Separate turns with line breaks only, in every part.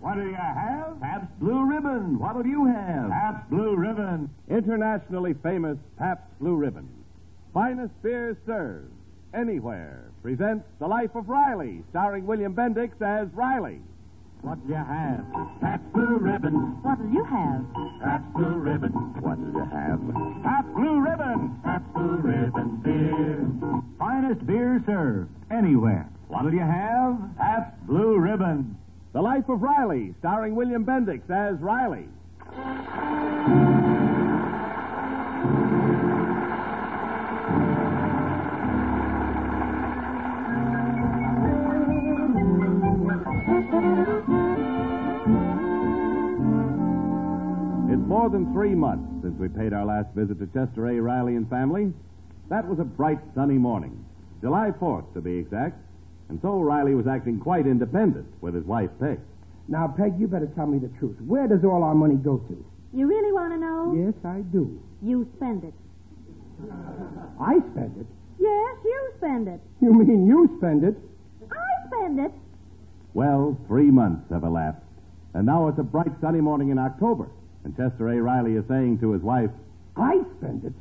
What do you have?
Pabst Blue Ribbon. What'll you have?
Pabst Blue Ribbon.
Internationally famous Pabst Blue Ribbon. Finest beer served anywhere. Presents The Life of Riley, starring William Bendix as Riley.
What do you have?
Pabst Blue Ribbon.
What'll you have?
Pabst Blue Ribbon.
What'll you have?
Pabst Blue Ribbon.
Pabst Blue Ribbon beer.
Finest beer served anywhere.
What'll you have?
Pabst Blue Ribbon.
The Life of Riley, starring William Bendix as Riley. It's more than three months since we paid our last visit to Chester A. Riley and family. That was a bright, sunny morning, July 4th to be exact, and so Riley was acting quite independent with his wife, Peg.
Now, Peg, you better tell me the truth. Where does all our money go to?
You really want to know?
Yes, I do.
You spend it.
I spend it.
Yes, you spend it.
You mean you spend it?
I spend it.
Well, three months have elapsed, and now it's a bright, sunny morning in October, and Chester A. Riley is saying to his wife,
I spend it.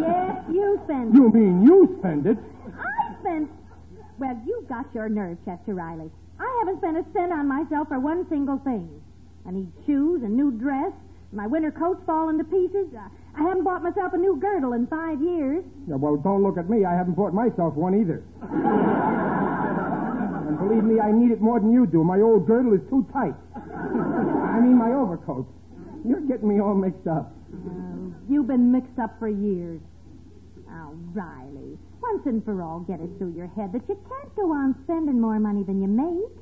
Yes, you spend it.
You mean you spend it?
I spend. Well, you got your nerve, Chester Riley. I haven't spent a cent on myself for one single thing. I need shoes, a new dress. My winter coat's fallen to pieces. I- I haven't bought myself a new girdle in five years.
Yeah, well, don't look at me. I haven't bought myself one either. and believe me, I need it more than you do. My old girdle is too tight. I mean, my overcoat. You're getting me all mixed up.
Oh, you've been mixed up for years. Oh, Riley, once and for all, get it through your head that you can't go on spending more money than you make.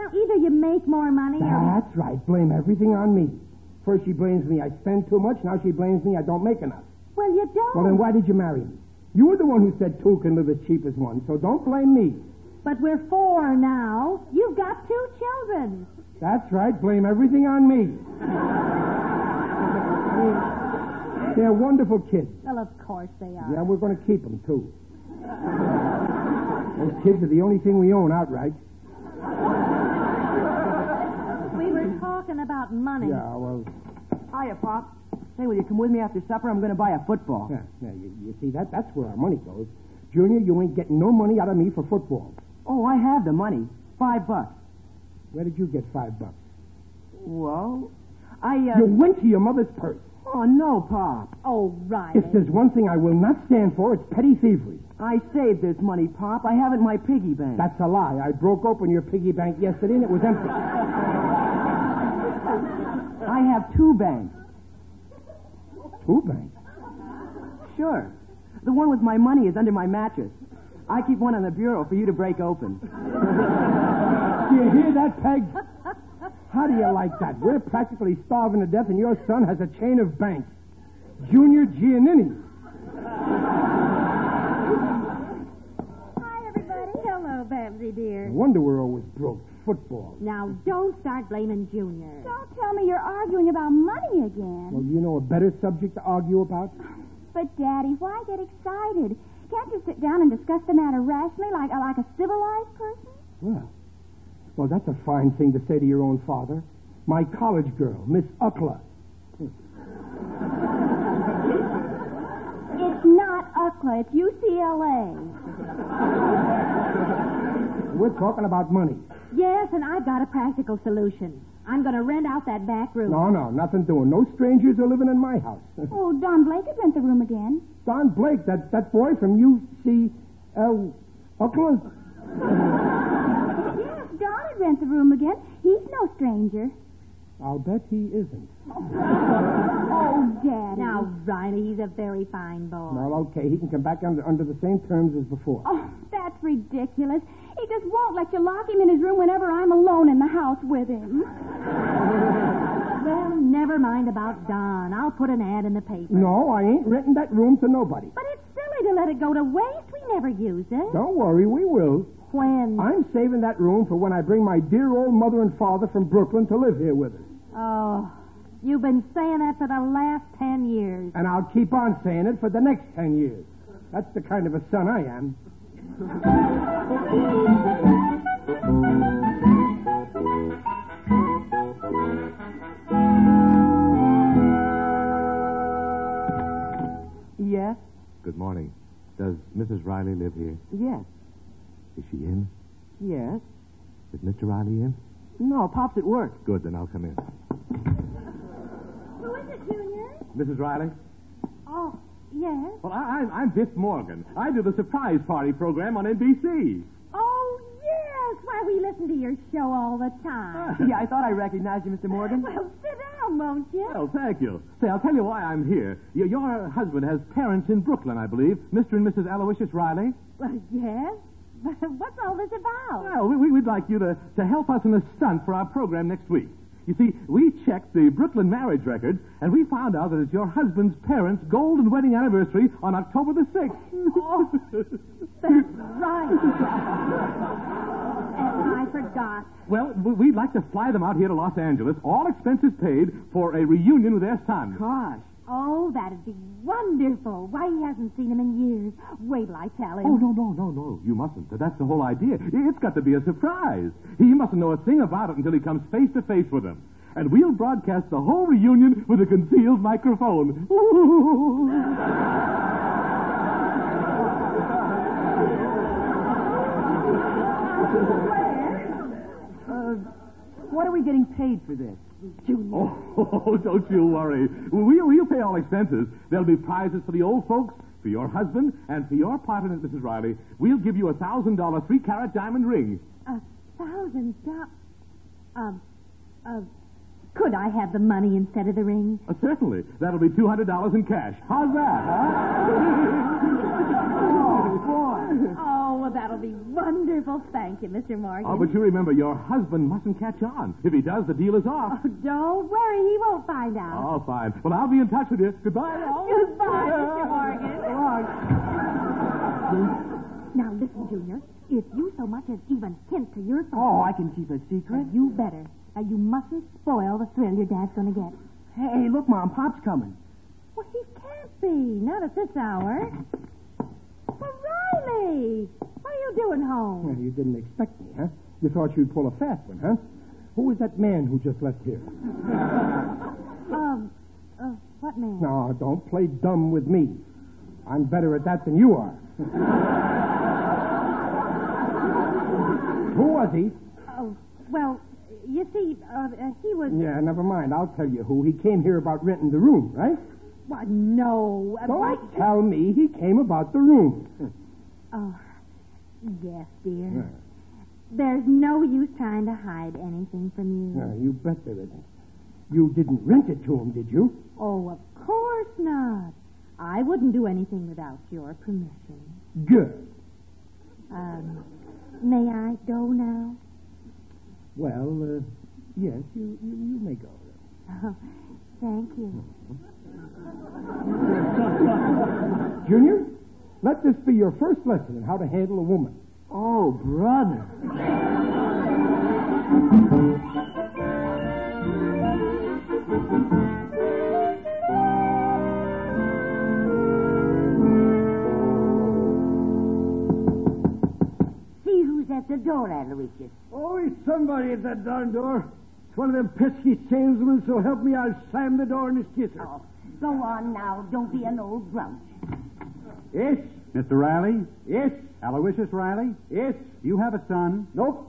Now, either you make more money or.
That's right. Blame everything on me. First she blames me I spend too much. Now she blames me I don't make enough.
Well, you don't.
Well, then why did you marry me? You were the one who said two can live as cheap as one, so don't blame me.
But we're four now. You've got two children.
That's right. Blame everything on me. They're wonderful kids.
Well, of course they are.
Yeah, we're going to keep them, too. Those kids are the only thing we own outright.
We were talking about money.
Yeah, well,
Hiya, Pop. Say, will you come with me after supper? I'm going to buy a football.
yeah, yeah, you, you see, that, that's where our money goes. Junior, you ain't getting no money out of me for football.
Oh, I have the money. Five bucks.
Where did you get five bucks?
Whoa. I,
You
uh...
went to your mother's purse.
Oh, no, Pop.
Oh, Riley.
If there's one thing I will not stand for, it's petty thievery.
I saved this money, Pop. I have it in my piggy bank.
That's a lie. I broke open your piggy bank yesterday and it was empty.
I have two banks.
Two banks?
Sure. The one with my money is under my mattress. I keep one on the bureau for you to break open.
Do you hear that, Peg? How do you like that? We're practically starving to death and your son has a chain of banks. Junior Giannini.
Hi, everybody. Hello, Babsy dear.
No wonder we're always broke. Football.
Now, don't start blaming Junior.
Don't tell me you're arguing about money again.
Well, you know a better subject to argue about?
But, Daddy, why get excited? Can't you sit down and discuss the matter rationally, like like a civilized person?
Well, well, that's a fine thing to say to your own father. My college girl, Miss Uckler.
It's not UCLA, it's UCLA.
We're talking about money.
Yes, and I've got a practical solution. I'm going to rent out that back room.
No, no, nothing doing. No strangers are living in my house.
Oh, Don Blake had rent the room again.
Don Blake, that, that boy from UCL Oakland?
Yes, Don had rent the room again. He's no stranger.
I'll bet he isn't.
Oh, Daddy.
Now, Riley, he's a very fine boy.
Well, okay, he can come back under, under the same terms as before.
Oh, that's ridiculous. He just won't let you lock him in his room whenever I'm alone in the house with him.
Well, never mind about Don. I'll put an ad in the paper.
No, I ain't renting that room to nobody.
But it's silly to let it go to waste. We never use it.
Don't worry, we will.
When?
I'm saving that room for when I bring my dear old mother and father from Brooklyn to live here with us.
Oh, you've been saying that for the last ten years.
And I'll keep on saying it for the next ten years. That's the kind of a son I am.
Does Riley live here?
Yes.
Is she in?
Yes.
Is Mr. Riley in?
No, Pop's at work.
Good, then I'll come in.
Who is it, Junior?
Mrs. Riley?
Oh, yes.
Well, I, I'm, I'm Biff Morgan. I do the surprise party program on NBC.
Oh, yes. Why, we listen to your show all the time.
Gee, I thought I recognized you, Mr. Morgan.
Well, sit down, won't you?
Well, thank you. Say, I'll tell you why I'm here. Your, your husband has parents in Brooklyn, I believe. Mr. and Mrs. Aloysius Riley.
Well, yes. But what's all this about?
Well, we, we- we'd like you to, to help us in a stunt for our program next week. You see, we checked the Brooklyn marriage records, and we found out that it's your husband's parents' golden wedding anniversary on October the 6th.
That's right. and I forgot.
Well, we- we'd like to fly them out here to Los Angeles, all expenses paid, for a reunion with their son.
Gosh.
Oh, that'd be wonderful. Why, he hasn't seen him in years. Wait till I tell him.
Oh, no, no, no, no. You mustn't. That's the whole idea. It's got to be a surprise. He mustn't know a thing about it until he comes face to face with them. And we'll broadcast the whole reunion with a concealed microphone.
Uh, what are we getting paid for this?
Oh, don't you worry. We'll, we'll pay all expenses. There'll be prizes for the old folks, for your husband, and for your part in it, Mrs. Riley. We'll give you a thousand dollar three carat diamond ring.
A thousand dollars. Um, uh, could I have the money instead of the ring?
Uh, certainly. That'll be two hundred dollars in cash. How's that, huh?
Oh, well, that'll be wonderful. Thank you, Mr. Morgan.
oh, but you remember, your husband mustn't catch on. If he does, the deal is off.
Oh, don't worry, he won't find out.
Oh, fine. Well, I'll be in touch with you. Goodbye. now.
Goodbye, Mr. Morgan. Now, listen, Junior. If you so much as even hint to your thoughts,
Oh, I can keep a secret.
you better. Now, you mustn't spoil the thrill your dad's going to get.
Hey, look, Mom, Pop's coming.
Well, he can't be. Not at this hour. Well, Riley, what are you doing home?
Well, you didn't expect me, huh? You thought you'd pull a fast one, huh? Who was that man who just left here?
Um, uh, what man?
No, don't play dumb with me. I'm better at that than you are. who was he?
Oh, well, you see, uh, uh, he was.
Yeah, never mind. I'll tell you who. He came here about renting the room, right?
Why, no. uh,
Don't
why-
tell me he came about the room.
Oh, yes, dear. There's no use trying to hide anything from you.
No, you bet there isn't. You didn't rent it to him, did you?
Oh, of course not. I wouldn't do anything without your permission.
Good.
Um, may I go now?
Well, uh, yes, you, you, you may go.
Oh, thank you.
Junior, let this be your first lesson in how to handle a woman.
Oh, brother.
See who's at the door, Aloysius.
Always Oh, somebody at that darn door. It's one of them pesky salesmen, so help me, I'll slam the door in his kisser.
Oh, go on now. Don't be an old grouch.
Yes,
Mr. Riley?
yes,
Aloysius Riley?
yes.
Do you have a son?
Nope.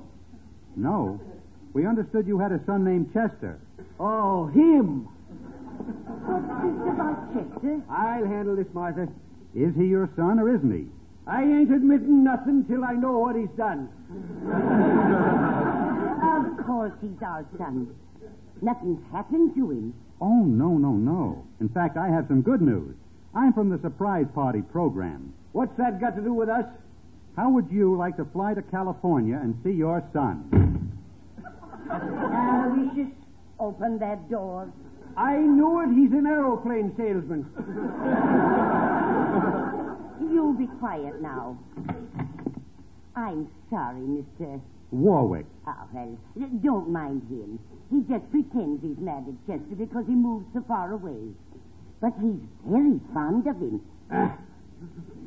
No. We understood you had a son named Chester.
Oh, him.
What's this about Chester?
I'll handle this, Martha.
Is he your son or isn't he?
I ain't admitting nothing till I know what he's done.
Of course he's our son. Nothing's happened to him.
Oh, no, no, no. In fact, I have some good news. I'm from the surprise party program.
What's that got to do with us?
How would you like to fly to California and see your son?
Aloysius, open that door.
I know it. He's an aeroplane salesman.
You be quiet now. I'm sorry, Mr.
Warwick.
Oh, well, don't mind him. He just pretends he's mad at Chester because he moves so far away. But he's very fond of him.
Ah.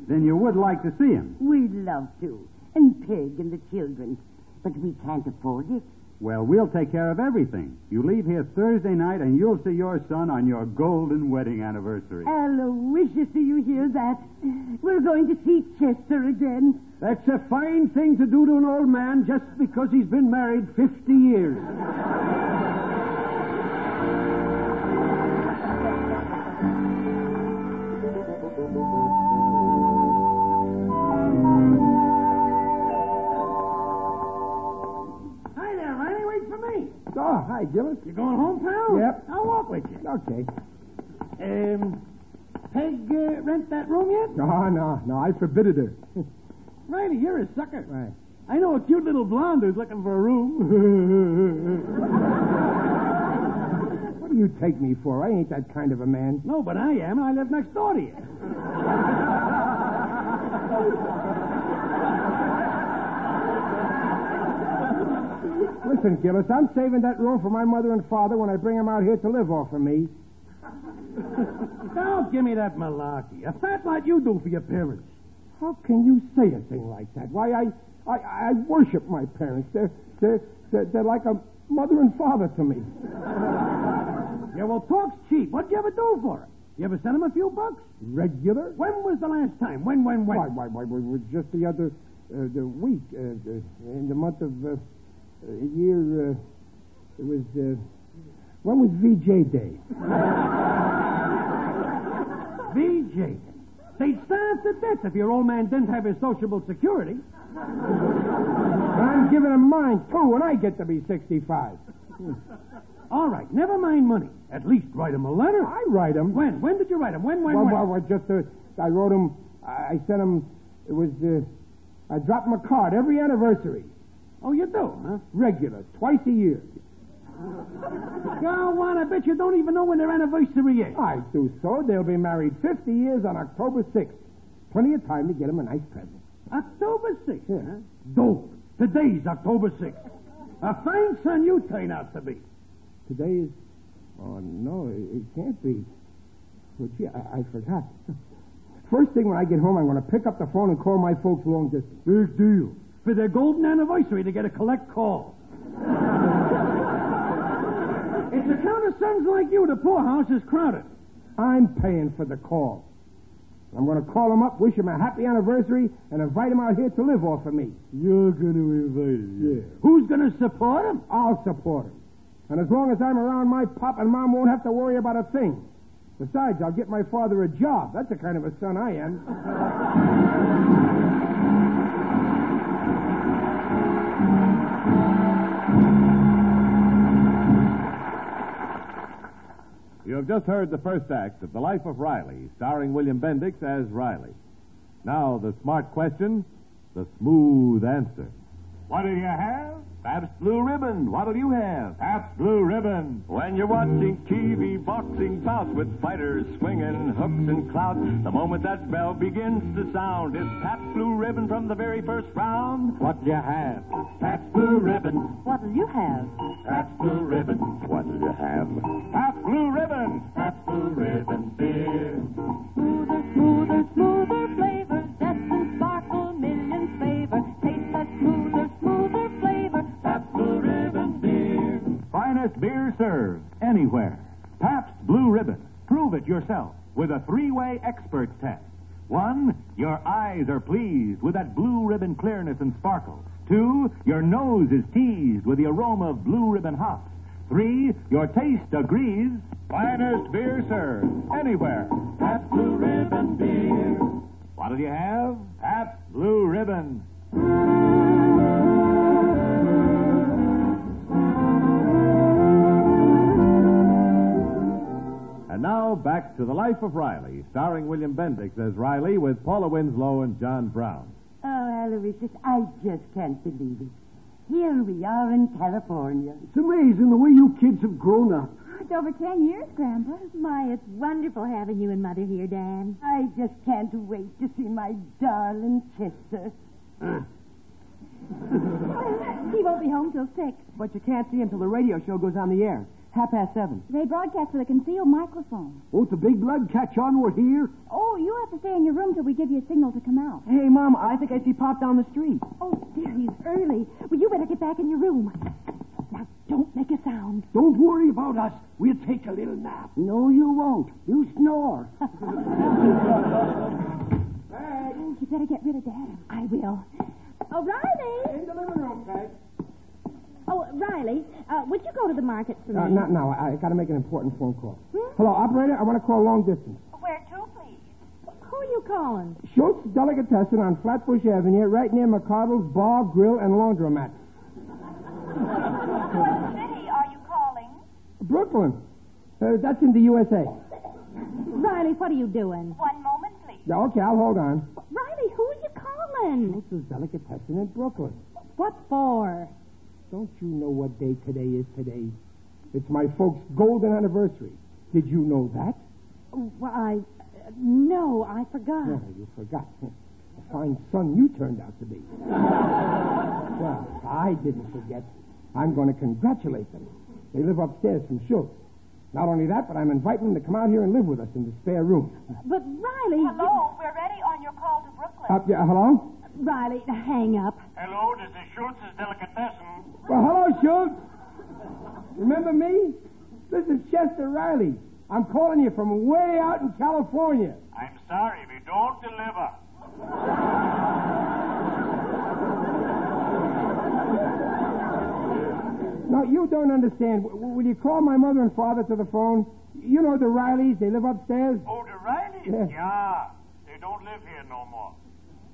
Then you would like to see him.
We'd love to. And Peg and the children. But we can't afford it.
Oh, Well, we'll take care of everything. You leave here Thursday night, and you'll see your son on your golden wedding anniversary.
Aloysius, do you hear that? We're going to see Chester again.
That's a fine thing to do to an old man just because he's been married 50 years.
Hi there, Riley. Wait for me.
Oh, hi, Gillis.
You going home, pal?
Yep.
I'll walk with you.
Okay.
Um, Peg uh, rent that room yet?
Uh-huh.
No, no, no. I forbidded her.
Riley, you're a sucker.
Right.
I know a cute little blonde who's looking for a room.
What do you take me for? I ain't that kind of a man.
no, but I am, and I live next door to you.
Listen, Gillis, I'm saving that room for my mother and father when I bring 'em out here to live off of me.
Don't give me that malarkey. If that's what you do for your parents.
How can you say a thing like that? Why, I, I, I worship my parents. They're, they're, they're, they're like a mother and father to me.
Yeah, well, talk's cheap. What'd you ever do for it? You ever send him a few bucks?
Regular?
When was the last time? When, when, when?
Why, why, why, why, why, just the other uh, the week, uh, the, in the month of uh, uh, year, uh, it was, uh, when was VJ Day?
VJ. They'd starve to death if your old man didn't have his sociable security.
I'm giving him mine, too, when I get to be 65.
All right, never mind money. At least write him a letter.
I write him.
When? When did you write him? When, when,
Well,
when?
well, well, just, uh, I wrote him, I I sent him, it was, uh, I dropped him a card every anniversary.
Oh, you do, huh?
Regular, twice a year.
Go on, I bet you don't even know when their anniversary is.
I do so. They'll be married 50 years on October 6th. Plenty of time to get him a nice present.
October 6th, huh?
Yeah.
Dope. Today's October 6th. A fine son you turn out to be.
Today is. Oh, no, it, it can't be. Well, gee, I, I forgot. First thing when I get home, I'm going to pick up the phone and call my folks long distance.
Big deal. For their golden anniversary to get a collect call. it's a count of sons like you, the poorhouse is crowded.
I'm paying for the call. I'm going to call them up, wish them a happy anniversary, and invite them out here to live off of me.
You're going to invite him.
Yeah.
Who's going to support him?
I'll support him. And as long as I'm around, my pop and mom won't have to worry about a thing. Besides, I'll get my father a job. That's the kind of a son I am.
You have just heard the first act of The Life of Riley, starring William Bendix as Riley. Now, the smart question, the smooth answer.
What do you have? Pabst Blue Ribbon. What'll you have? Pabst Blue Ribbon. When you're watching TV boxing bouts with fighters swinging hooks and clouts, the moment that bell begins to sound, it's Pabst Blue Ribbon from the very first round. What do you have? Pabst Blue Ribbon.
What'll you have?
Pabst Blue Ribbon. What'll you have? Pabst Blue Ribbon. Pabst Blue Ribbon beer.
Smoother, smoother, smoother flavor. That's will sparkle millions favor. Taste that smoother, smoother flavor.
Pabst Blue Ribbon beer. Finest beer served anywhere. Pabst Blue Ribbon. Prove it yourself with a three-way experts test. One, your eyes are pleased with that blue ribbon clearness and sparkle. Two, your nose is teased with the aroma of blue ribbon hops. Three, your taste agrees. Finest beer served anywhere. Pabst Blue Ribbon beer. What'll you have? Pabst Blue Ribbon.
And now, back to The Life of Riley, starring William Bendix as Riley with Paula Winslow and John Brown.
Oh, Aloysius, I just can't believe it. Here we are in California.
It's amazing the way you kids have grown up.
It's over ten years, Grandpa.
My, it's wonderful having you and Mother here, Dan.
I just can't wait to see my darling Chester.
he won't be home till six.
But you can't see him till the radio show goes on the air. Half past seven.
They broadcast with a concealed microphone.
Won't the big blood catch on we're here?
Oh, you have to stay in your room till we give you a signal to come out.
Hey, Mama, I think I see Pop down the street.
Oh, dear, he's early. Well, you better get back in your room.
Now, don't make a sound.
Don't worry about us. We'll take a little nap.
No, you won't. You snore.
Oh, you better get rid of Dad. I will.
Oh, Riley!
In the living room, Peg.
Oh, Riley, uh, would you go to the market for me?
Uh,
No, not now. I, I got to make an important phone call. Hmm? Hello, operator. I want to call long distance.
Where to, please?
Who are you calling?
Schultz Delicatessen on Flatbush Avenue, right near McCardle's Bar, Grill, and Laundromat.
what city are you calling?
Brooklyn. Uh, that's in the USA.
Riley, what are you doing?
One moment, please.
Yeah, okay, I'll hold on.
Riley, who are you calling?
Schultz's Delicatessen in Brooklyn.
What for?
Don't you know what day today is today? It's my folks' golden anniversary. Did you know that?
Why, Oh, uh, no, I forgot.
No, you forgot. The fine son you turned out to be. well, I didn't forget. I'm going to congratulate them. They live upstairs from Schultz. Not only that, but I'm inviting them to come out here and live with us in the spare room.
But Riley. you-
Hello, we're ready on your call to Brooklyn.
Up, Uh, yeah, hello?
Riley, hang up.
Hello, this is Schultz's Delicatessen.
Well, hello, Schultz. Remember me? This is Chester Riley. I'm calling you from way out in California.
I'm sorry, we don't deliver.
No, you don't understand. W- w- will you call my mother and father to the phone? You know the Rileys. They live upstairs.
Oh, the Rileys?
Yeah.
yeah. They don't live here no more.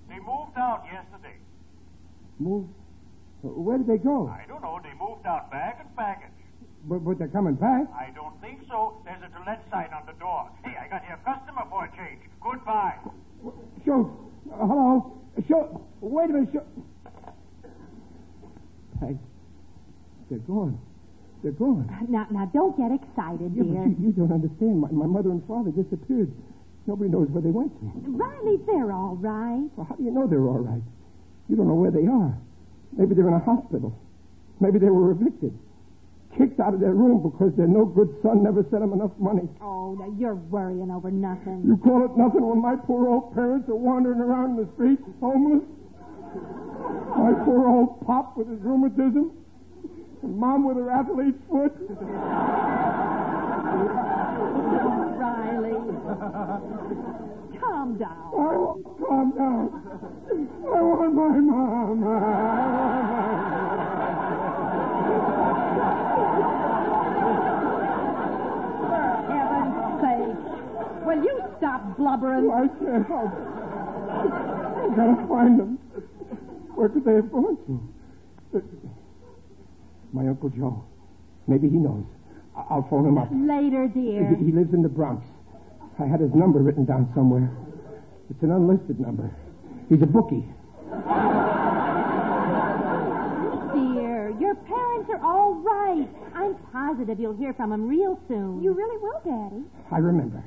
They moved out yesterday.
Move. Where did they
Oh.
go?
I don't know, they moved out bag and baggage.
But, but they're coming back.
I don't think so. There's a to let sign on the door. Hey, I got here a customer for a change. Goodbye.
Schultz. Uh, hello. Schultz. Wait a minute, Schultz. Peg. They're gone. They're gone.
Now, now, don't get excited,
Yeah, but
dear.
you, you don't understand. My, my mother and father disappeared. Nobody knows where they went to.
Riley, they're all right.
Well, how do you know they're all right? You don't know where they are. Maybe they're in a hospital. Maybe they were evicted, kicked out of their room because their no good son never sent them enough money.
Oh, now you're worrying over nothing.
You call it nothing when my poor old parents are wandering around in the streets, homeless? My poor old pop with his rheumatism, and mom with her athlete's foot.
Riley. Calm down.
I want, calm down. I want my mom. I want my mom.
For heaven's sake. Will you stop blubbering?
Oh, I can't help it. I gotta find them. Where could they have gone to? My Uncle Joe. Maybe he knows. I- I'll phone him up.
Later, dear.
He, he lives in the Bronx. I had his number written down somewhere. It's an unlisted number. He's a bookie.
Dear, your parents are all right. I'm positive you'll hear from them real soon.
You really will, Daddy.
I remember.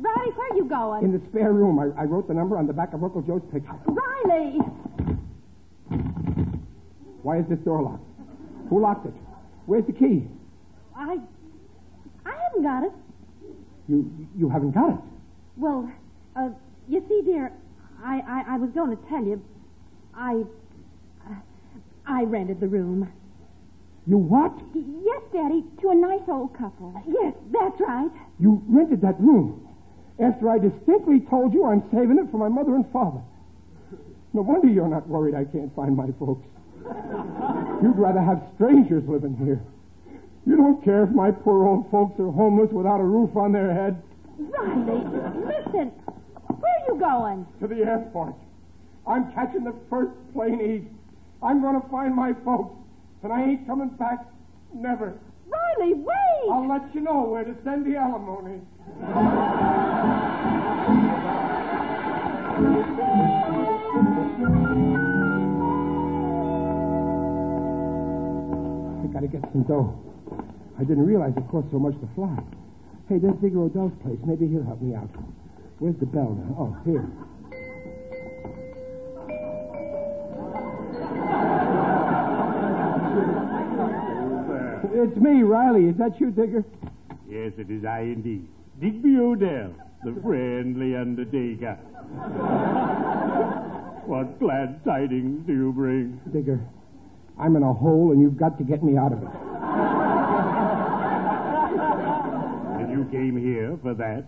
Riley, where are you going?
In the spare room, I, I wrote the number on the back of Uncle Joe's picture.
Riley!
Why is this door locked? Who locked it? Where's the key?
I. I haven't got it.
You you haven't got it.
Well, uh, you see, dear, I, I, I was going to tell you. I. uh, I rented the room.
You what?
Yes, Daddy, to a nice old couple. Yes, that's right.
You rented that room after I distinctly told you I'm saving it for my mother and father. No wonder you're not worried I can't find my folks. You'd rather have strangers living here. You don't care if my poor old folks are homeless without a roof on their head.
Riley, listen. Where are you going?
To the airport. I'm catching the first plane east. I'm going to find my folks, and I ain't coming back. Never.
Riley, wait!
I'll let you know where to send the alimony. I gotta get some dough. I didn't realize it cost so much to fly. Hey, there's Big Rodell's place. Maybe he'll help me out. Where's the bell now? Oh, here. It's me, Riley. Is that you, Digger?
Yes, it is I indeed. Digby Odell, the friendly undertaker. what glad tidings do you bring?
Digger, I'm in a hole, and you've got to get me out of it.
And you came here for that?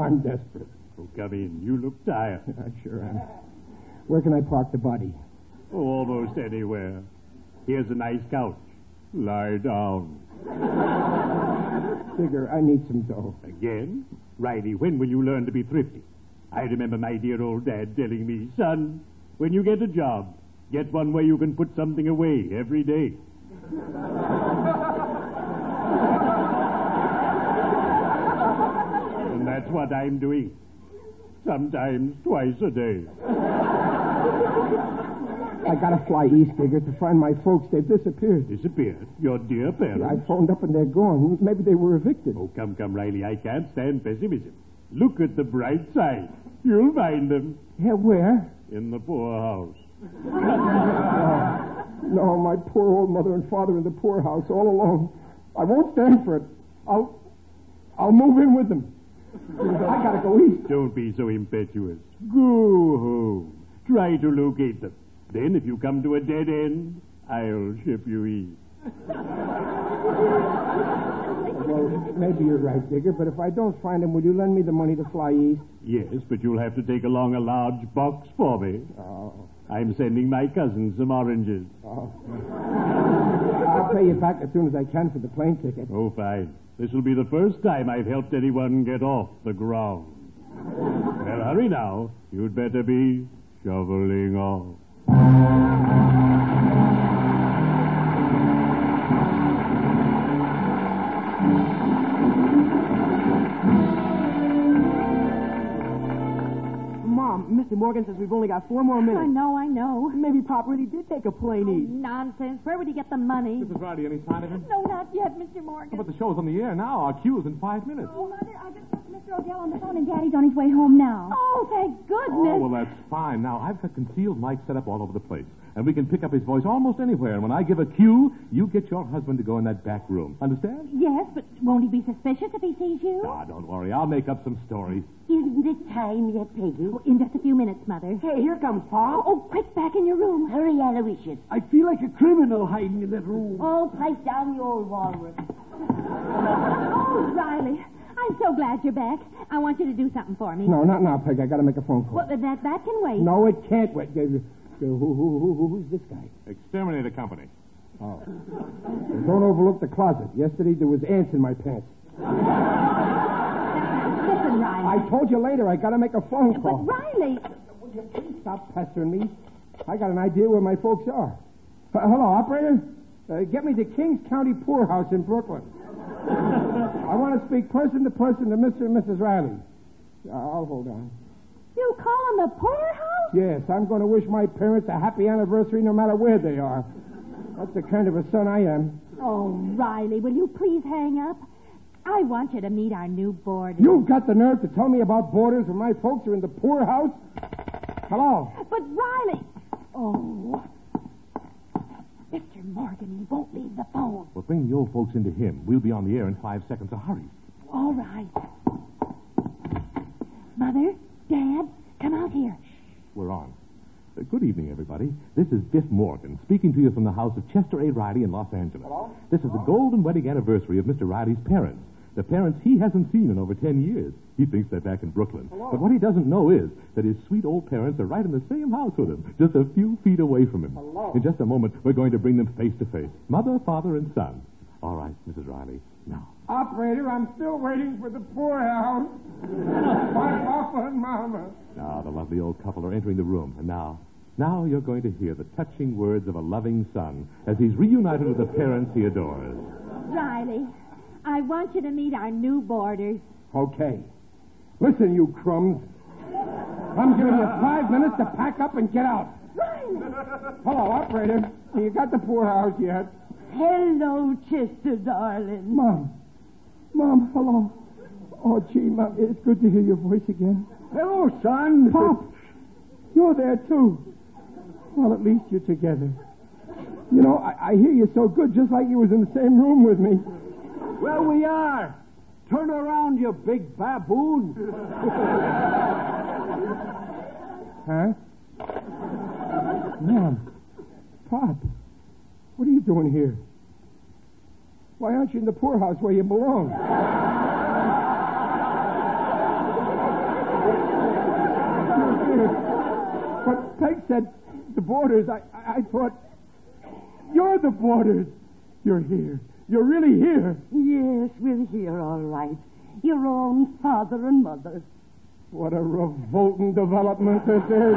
I'm desperate.
Oh, come in. You look tired.
I sure am. Where can I park the body?
Oh, almost anywhere. Here's a nice couch. Lie down.
Figure, I need some dough.
Again? Riley, when will you learn to be thrifty? I remember my dear old dad telling me, son, when you get a job, get one where you can put something away every day. and that's what I'm doing. Sometimes twice a day.
I gotta fly east, Digger, to find my folks. They've disappeared.
Disappeared? Your dear parents?
I phoned up and they're gone. Maybe they were evicted.
Oh, come, come, Riley. I can't stand pessimism. Look at the bright side. You'll find them.
Yeah, where?
In the poorhouse.
No, my poor old mother and father in the poorhouse, all alone. I won't stand for it. I'll, I'll move in with them. I gotta go east.
Don't be so impetuous. Go home. Try to locate them. Then, if you come to a dead end, I'll ship you east.
Well, maybe you're right, Digger, but if I don't find them, will you lend me the money to fly east?
Yes, but you'll have to take along a large box for me.
Oh.
I'm sending my cousin some oranges.
Oh. I'll pay you back as soon as I can for the plane ticket.
Oh, fine. This will be the first time I've helped anyone get off the ground. well, hurry now. You'd better be shoveling off.
Mom, Mr. Morgan says we've only got four more minutes.
I know, I know.
Maybe Pop really did take a plane east.
Nonsense. Where would he get the money?
Mrs. Riley, any sign of him?
No, not yet, Mr. Morgan.
But the show's on the air now. Our cue's in five minutes.
Oh, Mother, I just talked to Mr. Odell on the phone, and Daddy's on his way home now.
Oh, thank
Oh,
goodness.
well, that's fine. Now, I've got concealed mics set up all over the place. And we can pick up his voice almost anywhere. And when I give a cue, you get your husband to go in that back room. Understand?
Yes, but won't he be suspicious if he sees you?
Ah, don't worry. I'll make up some story.
Isn't it time yet, Peggy? Oh, in just a few minutes, Mother.
Hey, here comes Pop.
Oh, oh, quick, back in your room.
Hurry, Aloysius.
I feel like a criminal hiding in that room.
Oh, pipe down the old walrus.
Oh, Riley, I'm so glad you're back. I want you to do something for me.
No, not now, Peg. I gotta make a phone call.
Well, that, that can wait.
No, it can't wait. Uh, uh, Who, who, who, who- who's this guy?
Exterminator Company.
Oh. Don't overlook the closet. Yesterday there was ants in my pants.
Listen,
I
Riley.
told you later I gotta make a phone
But
call.
Riley,
Will you please stop pestering me? I got an idea where my folks are. Uh, hello, operator? Uh, get me to Kings County Poorhouse in Brooklyn. I want to speak person to person to Mr. and Mrs. Riley. Uh, I'll hold on.
you calling the poorhouse?
Yes, I'm going to wish my parents a happy anniversary no matter where they are. That's the kind of a son I am.
Oh, Riley, will you please hang up? I want you to meet our new boarder.
You've got the nerve to tell me about borders when my folks are in the poorhouse? Hello?
But Riley. Oh. Mr. Morgan, he won't leave the phone.
Well, bring the old folks into him. We'll be on the air in five seconds. So hurry.
All right. Mother, Dad, come out here.
We're on. Uh, good evening, everybody. This is Biff Morgan speaking to you from the house of Chester A. Riley in Los Angeles. Hello? This is the golden wedding anniversary of Mr. Riley's parents. The parents he hasn't seen in over 10 years. He thinks they're back in Brooklyn. But what he doesn't know is that his sweet old parents are right in the same house with him, just a few feet away from him.
Hello?
In just a moment, we're going to bring them face to face mother, father, and son. All right, Mrs. Riley, now.
Operator, I'm still waiting for the poorhouse. my papa and mama.
Now, Ah, the lovely old couple are entering the room, and now, now you're going to hear the touching words of a loving son as he's reunited with the parents he adores.
Riley, I want you to meet our new boarders.
Okay. Listen, you crumbs. I'm giving you five minutes to pack up and get out. Hello, operator. You got the poorhouse yet?
Hello, Chester, darling.
Mom. Mom, hello. Oh, gee, Mom, it's good to hear your voice again.
Hello, son.
Pop, you're there too. Well, at least you're together. You know, I, I hear you so good, just like you was in the same room with me.
Well, we are. Turn around, you big baboon.
Huh? Mom, Pop, What are you doing here? Why aren't you in the poorhouse where you belong? but Peg said the boarders. I, I, I thought you're the boarders. You're here. You're really here.
Yes, we're here, all right. Your own father and mother.
What a revolting development this is.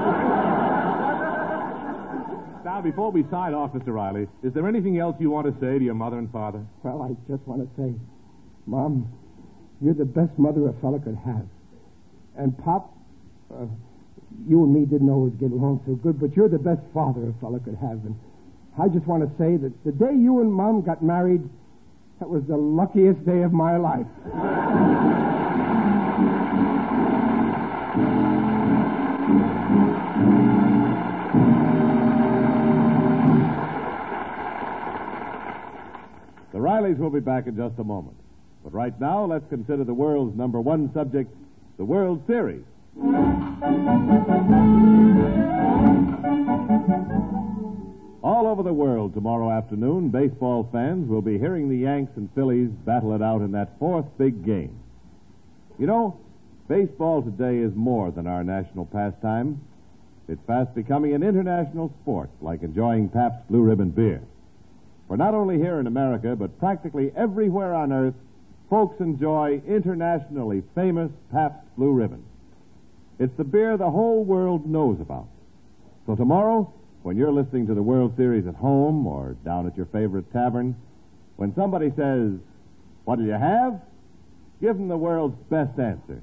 Now, before we sign off, Mr. Riley, is there anything else you want to say to your mother and father?
Well, I just want to say, Mom, you're the best mother a fella could have. And Pop, uh, you and me didn't always get along so good, but you're the best father a fella could have. And I just want to say that the day you and Mom got married, that was the luckiest day of my life.
The Rileys will be back in just a moment. But right now, let's consider the world's number one subject, the World Series. All over the world tomorrow afternoon, baseball fans will be hearing the Yanks and Phillies battle it out in that fourth big game. You know, baseball today is more than our national pastime. It's fast becoming an international sport, like enjoying Pabst Blue Ribbon beer. For not only here in America, but practically everywhere on earth, folks enjoy internationally famous Pabst Blue Ribbon. It's the beer the whole world knows about. So tomorrow, when you're listening to the World Series at home or down at your favorite tavern, when somebody says, What'll you have? Give them the world's best answer.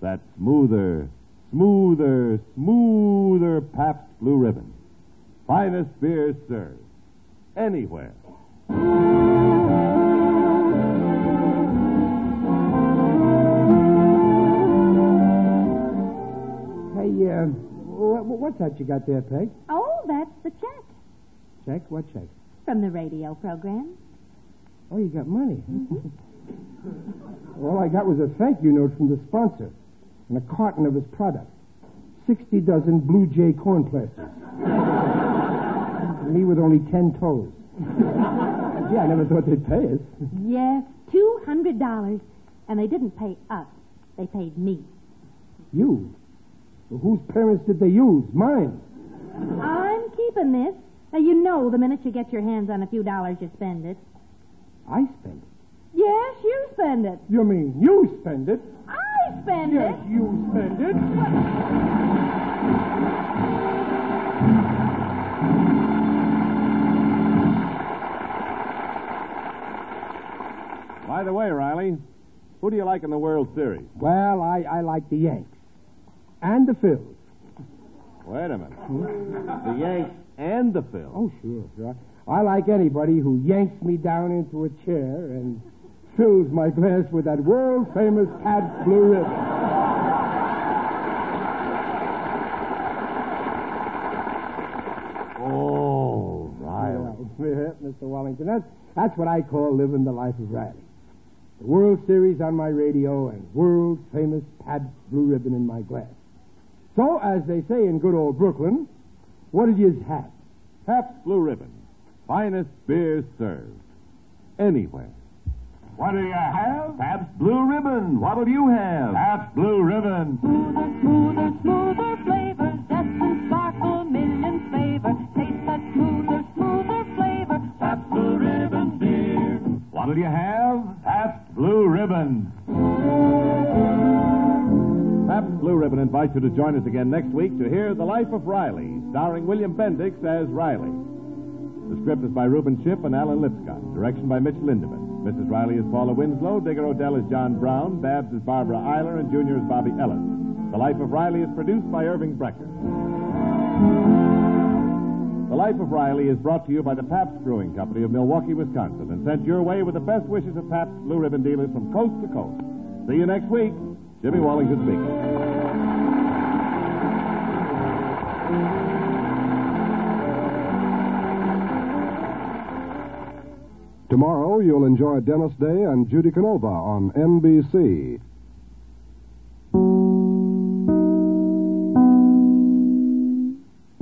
That smoother, smoother, smoother Pabst Blue Ribbon. Finest beer served anywhere.
Hey, uh, wh- wh- what's that you got there, Peg?
Oh, that's the check
Check? What check?
from the radio program.
Oh, you got money. All I got was a thank you note from the sponsor and a carton of his product 60 dozen Blue Jay corn plasters. Me with only 10 toes. Gee, I never thought they'd pay us.
Yes, two hundred dollars, and they didn't pay us; they paid me.
You? Well, whose parents did they use? Mine.
I'm keeping this. Now you know, the minute you get your hands on a few dollars, you spend it.
I spend it.
Yes, you spend it.
You mean you spend it?
I spend
yes,
it.
you spend it.
By the way, Riley, who do you like in the World Series?
Well, I, I like the Yanks. And the Phils.
Wait a minute. The Yanks and the Phils.
Oh, sure, sure. I like anybody who yanks me down into a chair and fills my glass with that world famous Pabst Blue Ribbon.
Oh, Riley.
Yeah, Mr. Wellington, that's, that's what I call living the life of Riley. The World Series on my radio and world famous Pabst Blue Ribbon in my glass. So, as they say in good old Brooklyn, what did you have?
Pabst Blue Ribbon. Finest beer served. Anywhere.
What'll you have?
Pabst Blue Ribbon. What'll you have?
Pabst Blue Ribbon.
Smoother, smoother flavor, zest and sparkle, million flavor. Taste that smoother, smoother flavor. Pabst Blue Ribbon beer.
What'll you have? Pabst Blue Ribbon.
Pabst Blue Ribbon invites you to join us again next week to hear The Life of Riley, starring William Bendix as Riley. The script is by Reuben Ship and Alan Lipscott. Direction by Mitch Lindemann. Mrs. Riley is Paula Winslow. Digger Odell is John Brown. Babs is Barbara Eiler. And Junior is Bobby Ellis. The Life of Riley is produced by Irving Brecker. The Life of Riley is brought to you by the Pabst Brewing Company of Milwaukee, Wisconsin, and sent your way with the best wishes of Pabst Blue Ribbon dealers from coast to coast. See you next week. Jimmy Wallington speaking.
Tomorrow, you'll enjoy Dennis Day and Judy Canova on NBC.